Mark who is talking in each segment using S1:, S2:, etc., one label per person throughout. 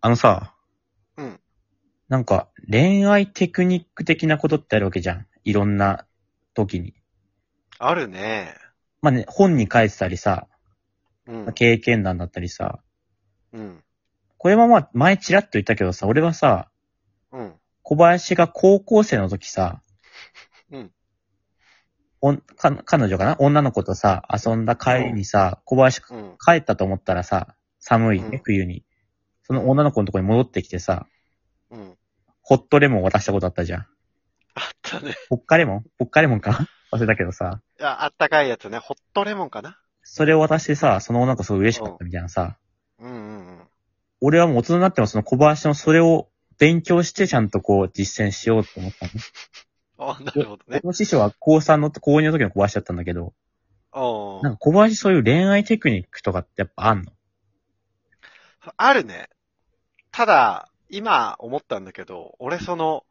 S1: あのさ、
S2: うん。
S1: なんか恋愛テクニック的なことってあるわけじゃん。いろんな時に。
S2: あるね。
S1: まあね、本に書いてたりさ、
S2: うん。
S1: 経験談だったりさ。
S2: うん。
S1: これはまあ前ちらっと言ったけどさ、俺はさ、
S2: うん。
S1: 小林が高校生の時さ、
S2: うん
S1: おん。か彼女かな女の子とさ、遊んだ帰りにさ、小林が
S2: うん。
S1: 帰ったと思ったらさ、寒いね、
S2: うん
S1: 冬に。その女の子のとこに戻ってきてさ、
S2: うん。
S1: ホットレモンを渡したことあったじゃん。
S2: あったね。
S1: ポッカレモンポッカレモン か忘れたけどさ。
S2: いや、あったかいやつね。ホットレモンかな
S1: それを渡してさ、その女の子すごい嬉しかったみたいなさ。
S2: うんうん
S1: 俺はもう大人になってもその小林のそれを勉強してちゃんとこう実践しようと思った の。
S2: うん。あ、なるほどね
S1: こ。の師匠は高3の、高2の時の小林だったんだけど、
S2: お
S1: なんか小林そういう恋愛テクニックとかってやっぱあんの
S2: あるね。ただ、今思ったんだけど、俺その、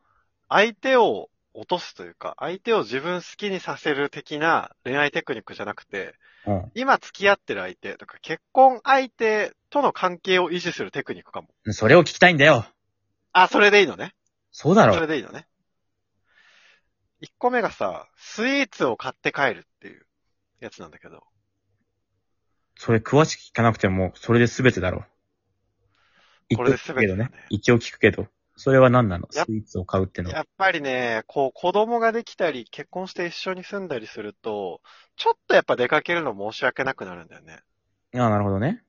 S2: 相手を落とすというか、相手を自分好きにさせる的な恋愛テクニックじゃなくて、
S1: うん
S2: 今付き合ってる相手とか、結婚相手との関係を維持するテクニックかも。。
S1: それを聞きたいんだよ
S2: あ、それでいいのね。
S1: そうだ
S2: そ
S1: ろ
S2: れでいいのね。一個目がさ、スイーツを買って帰るっていうやつなんだけど。
S1: それ詳しく聞かなくても、それで全てだろ一
S2: こ
S1: 応
S2: れで
S1: 聞
S2: 全
S1: くけ
S2: て
S1: ど
S2: だね
S1: ね。一応聞くけど。それは何なのス
S2: やっ
S1: イーツを買うってのは。
S2: やっぱりね、こう子供ができたり、結婚して一緒に住んだりすると、ちょっとやっぱ出かけるの申し訳なくなるんだよね。
S1: ああ、なるほどね。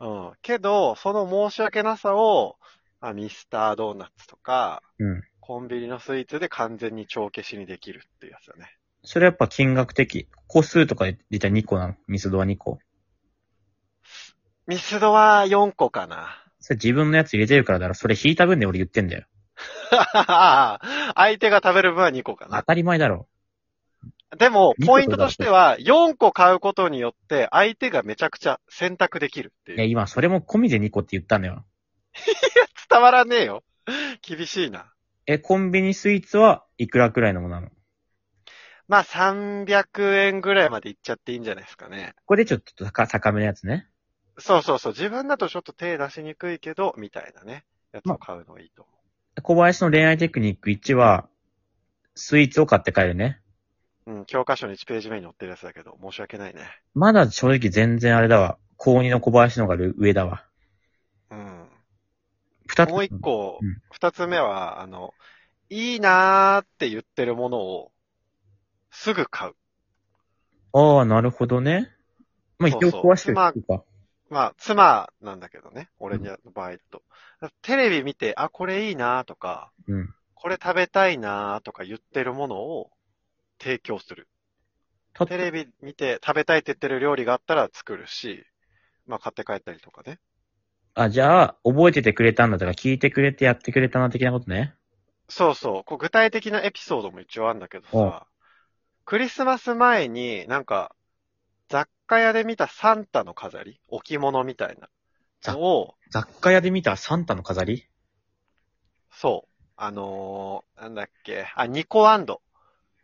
S2: うん。けど、その申し訳なさを、あミスタードーナツとか、
S1: うん
S2: コンビニのスイーツで完全に帳消しにできるっていうやつだね。
S1: それやっぱ金額的。個数とかで言ったら2個なのミスドは2個。
S2: ミスドは4個かな。
S1: それ自分のやつ入れてるからだろ。それ引いた分で俺言ってんだよ。
S2: 相手が食べる分は2個かな
S1: 当。たり前だろ。
S2: でも
S1: 見、て
S2: ポイントとしては、4個買うことによって、相手がめちゃくちゃ選択できるって
S1: いや、
S2: いう。
S1: 今それも込みで2個って言ったんだよ。
S2: 伝わらねえよ。厳しいな。
S1: え、コンビニスイーツはいくらくらいのものなのこ
S2: まあ、300円ぐらいまでいっちゃっていいんじゃないですかね。
S1: こでちょっと高高めのやつね。
S2: そうそうそう。自分だとちょっと手出しにくいけど、みたいなね。やつを買うのがいいと思
S1: 小林の恋愛テクニック1は、スイーツを買って帰るね。
S2: う。うん、教科書の1ページ目に載ってるやつだけど、申し訳ないね。
S1: まだ正直全然あれだわ。高2の小林の方が上だわ。
S2: うん。
S1: 二つ。
S2: もう一個
S1: うん、
S2: 二、つ目は、あの、いいなーって言ってるものを、すぐ買う。
S1: ああ、なるほどね。まあ、一
S2: そう
S1: 応
S2: そう
S1: 壊してるっていうか。
S2: まあ、妻なんだけどね、俺の場合だと。テレビ見て、あ、これいいなとか、
S1: うん。
S2: これ食べたいなとか言ってるものを提供する。
S1: た
S2: テレビ見て食べたいって言ってる料理があったら作るし、まあ買って帰ったりとかね。
S1: あ、じゃあ、覚えててくれたんだとか、聞いてくれてやってくれたな、的なことね。
S2: そうそう。こう具体的なエピソードも一応あるんだけど
S1: うん
S2: さ、クリスマス前になんか、雑貨屋で見たサンタの飾り置物みたいなのを、
S1: 雑貨屋で見たサンタの飾り
S2: そう。あのー、なんだっけ。あ、ニコアンド。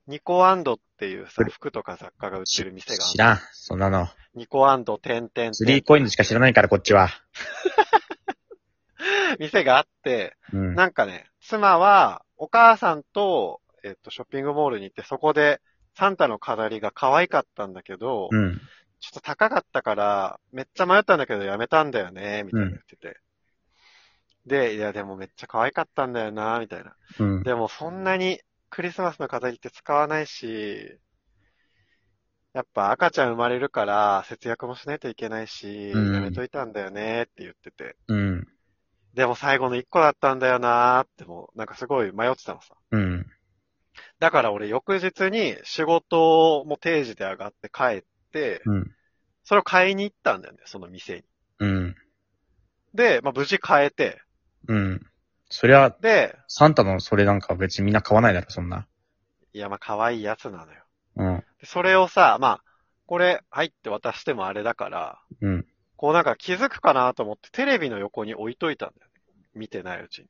S2: ニコアンドっていうさ、服とか雑貨が売ってる店があ
S1: 知
S2: る。
S1: らん。そんなの。
S2: ニコアンド、てんてん
S1: スリーコインズしか知らないから、こっちは。
S2: 店があって、
S1: うん。
S2: なんかね、妻は、お母さんと、えっと、ショッピングモールに行って、そこで、サンタの飾りが可愛かったんだけど、
S1: うん。
S2: ちょっと高かったから、めっちゃ迷ったんだけどやめたんだよね、みたいな言ってて。で、いやでもめっちゃ可愛かったんだよな、みたいな。
S1: うん。
S2: でもそんなにクリスマスの飾りって使わないし、やっぱ赤ちゃん生まれるから節約もしないといけないし、
S1: うん
S2: やめといたんだよねって言ってて。
S1: うん。
S2: でも最後の一個だったんだよなーってもう、なんかすごい迷ってたのさ。
S1: うん。
S2: だから俺翌日に仕事も定時で上がって帰って、
S1: うん。
S2: それを買いに行ったんだよね、その店に。
S1: うん。
S2: で、まあ無事買えて、
S1: うん。そりゃ、
S2: で、
S1: サンタのそれなんか別にみんな買わないだろ、そんな。
S2: いやまあ可愛いやつなのよ。
S1: うん。
S2: でそれをさ、まあ、これ入って渡してもあれだから、
S1: うん。
S2: こうなんか気づくかなと思ってテレビの横に置いといたんだよね。見てないうちに。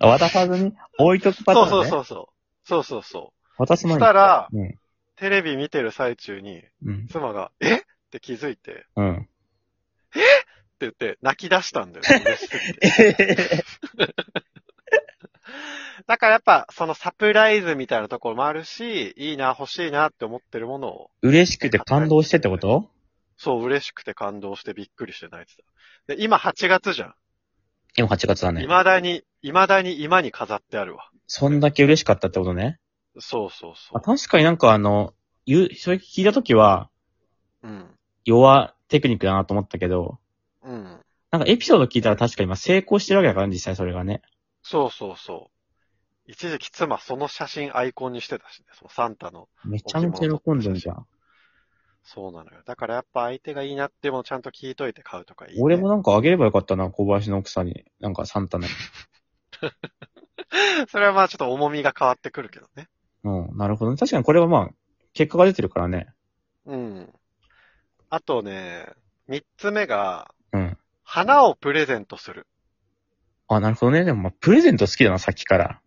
S1: あ、渡さずに置いとくパター
S2: そう
S1: ンね。
S2: そうそうそう。そうそうそ
S1: 渡
S2: う。
S1: す
S2: そ
S1: 前
S2: し
S1: に。
S2: たら、
S1: うん。
S2: テレビ見てる最中に、
S1: うん。
S2: 妻が、えって気づいて、
S1: うん。
S2: 言って泣き出したんだ よね。嬉しくてだからやっぱそのサプライズみたいなところもあるし、いいな、欲しいなって思ってるものを、
S1: 嬉しくて感動してってこと
S2: そう嬉しくて感動してびっくりして泣いてた。で、今8月じゃん。
S1: 今8月だね。
S2: 未だに、未だに今に飾ってあるわ。
S1: そんだけ嬉しかったってことね。
S2: そうそうそ
S1: あ確かになんかあの、言う、それ聞いたときは、
S2: う。うん。
S1: 弱テクニックだなと思ったけど、
S2: うん。
S1: なんかエピソード聞いたら確か今成功してるわけだから、実際それがね。
S2: そうそうそう。一時期妻その写真アイコンにしてたしね、そのサンタの。
S1: めちゃめちゃ喜んでるじゃん。
S2: そうなのよ。だからやっぱ相手がいいなってものちゃんと聞いといて買うとかいい、ね。
S1: 俺もなんかあげればよかったな、小林の奥さんに。なんかサンタの。
S2: それはまあちょっと重みが変わってくるけどね。
S1: うん、なるほどね。確かにこれはまあ、結果が出てるからね。
S2: うん。あとね、三つ目が、
S1: うん。
S2: 花をプレゼントする。
S1: あ、なるほどね。でもまあ、プレゼント好きだな、さっきから。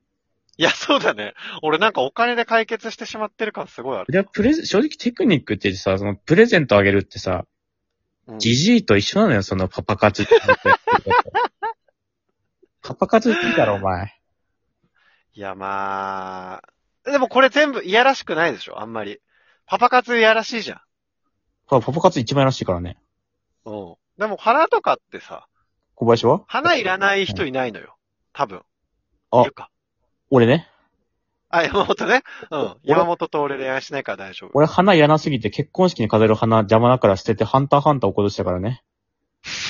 S2: いや、そうだね。俺なんかお金で解決してしまってる感すごいある。
S1: いや、プレゼ、正直テクニックってさ、そのプレゼントあげるってさ、
S2: うん
S1: ジジイと一緒なのよ、そのパパ活 ってことやってることパパ活っていいだろ、お前。
S2: いや、まあ。でもこれ全部いやらしくないでしょ、あんまり。パパ活いやらしいじゃん。
S1: パパ活一番らしいからね。
S2: うん。でも花とかってさ、
S1: 小林は
S2: 花いらない人いないのよ。多分。
S1: あ
S2: いるか。
S1: 俺ね。
S2: あ、山本ね。うん。
S1: 俺
S2: 山本と俺恋愛しないから大丈夫。
S1: 俺花嫌なすぎて結婚式に飾る花邪魔だから捨ててハンターハンターを殺したからね。危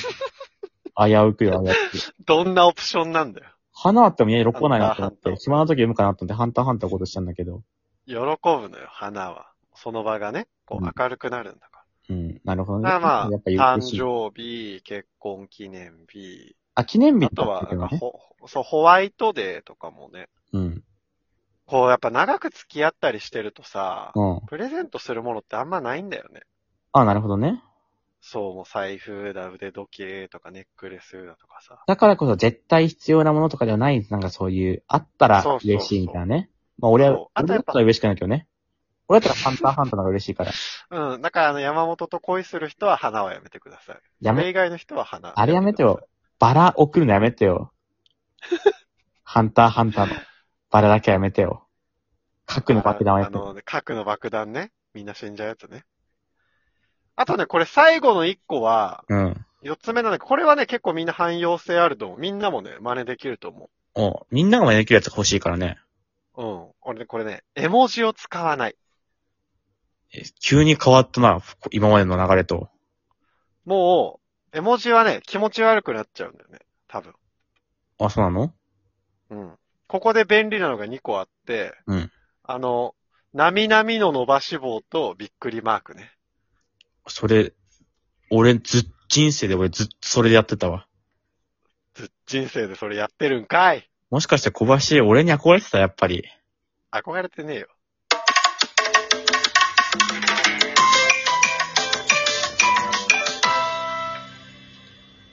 S1: うく よ、危うく。
S2: どんなオプションなんだよ。
S1: 花あっても家に6個ないなと思っ
S2: ハンターハン
S1: て、暇な時読むかなと思ってハンターハンターを殺したんだけど。
S2: 喜ぶのよ、花は。その場がね、こ
S1: うん
S2: う明るくなるんだか
S1: うん、なるほど
S2: ら。
S1: ね。
S2: だからまあ、
S1: やっぱ言う
S2: 誕
S1: てしい。
S2: 生日、結婚記念日、
S1: あ、記念日
S2: あ
S1: だ
S2: と
S1: っ
S2: は
S1: たけ
S2: な
S1: ど
S2: んか
S1: ね。
S2: ほ、そう、ホワイトデーとかもね、
S1: うん。
S2: こうやっぱ長く付き合ったりしてるとさ、
S1: うん。
S2: プレゼントするものってあんまないんだよね。
S1: あ、なるほどね。
S2: そう、もう財布だ、腕時計とかネックレスだとかさ。
S1: だからこそ絶対必要なものとかではない、なんかそういう、あったら
S2: そうそうそう
S1: 嬉しいみたいなね。まあ俺は
S2: そう、あ
S1: 俺
S2: と
S1: だ
S2: や
S1: っ
S2: ったぱ
S1: ら嬉しくないけどね。俺だったらハンターハンターの方が嬉しいから。
S2: うん、だからあの山本と恋する人は花はやめてください。
S1: や
S2: そ
S1: め
S2: れ以外の人は花。
S1: あれやめてよ。バラ送るのやめて よ。ハンターハンターのバラだけはやめてよ。書くのだけダメ
S2: あ
S1: だよ。
S2: の、核の爆弾ね。みんな死んじゃうやつね。あとね、これ最後の一個は、
S1: うん。
S2: 四つ目なんだけど、これはね、結構みんな汎用性あると思う。みんなもね、真似できると思
S1: おみんなが真似できるやつ欲しいからね。
S2: う。うん。俺ね、これね、絵文字を使わない。
S1: え急に変わったな、今までの流れと。
S2: もう、絵文字はね、気持ち悪くなっちゃうんだよね。多分。
S1: あ、そうなの
S2: うん。ここで便利なのが2個あって、
S1: うん
S2: あの、なみなみの伸ばし棒とびっくりマークね。
S1: それ、俺ずっ、人生で俺ずっとそれでやってたわ。
S2: ず人生でそれやってるんかい
S1: もしかして小林、俺に憧れてた、やっぱり。
S2: 憧れてねえよ。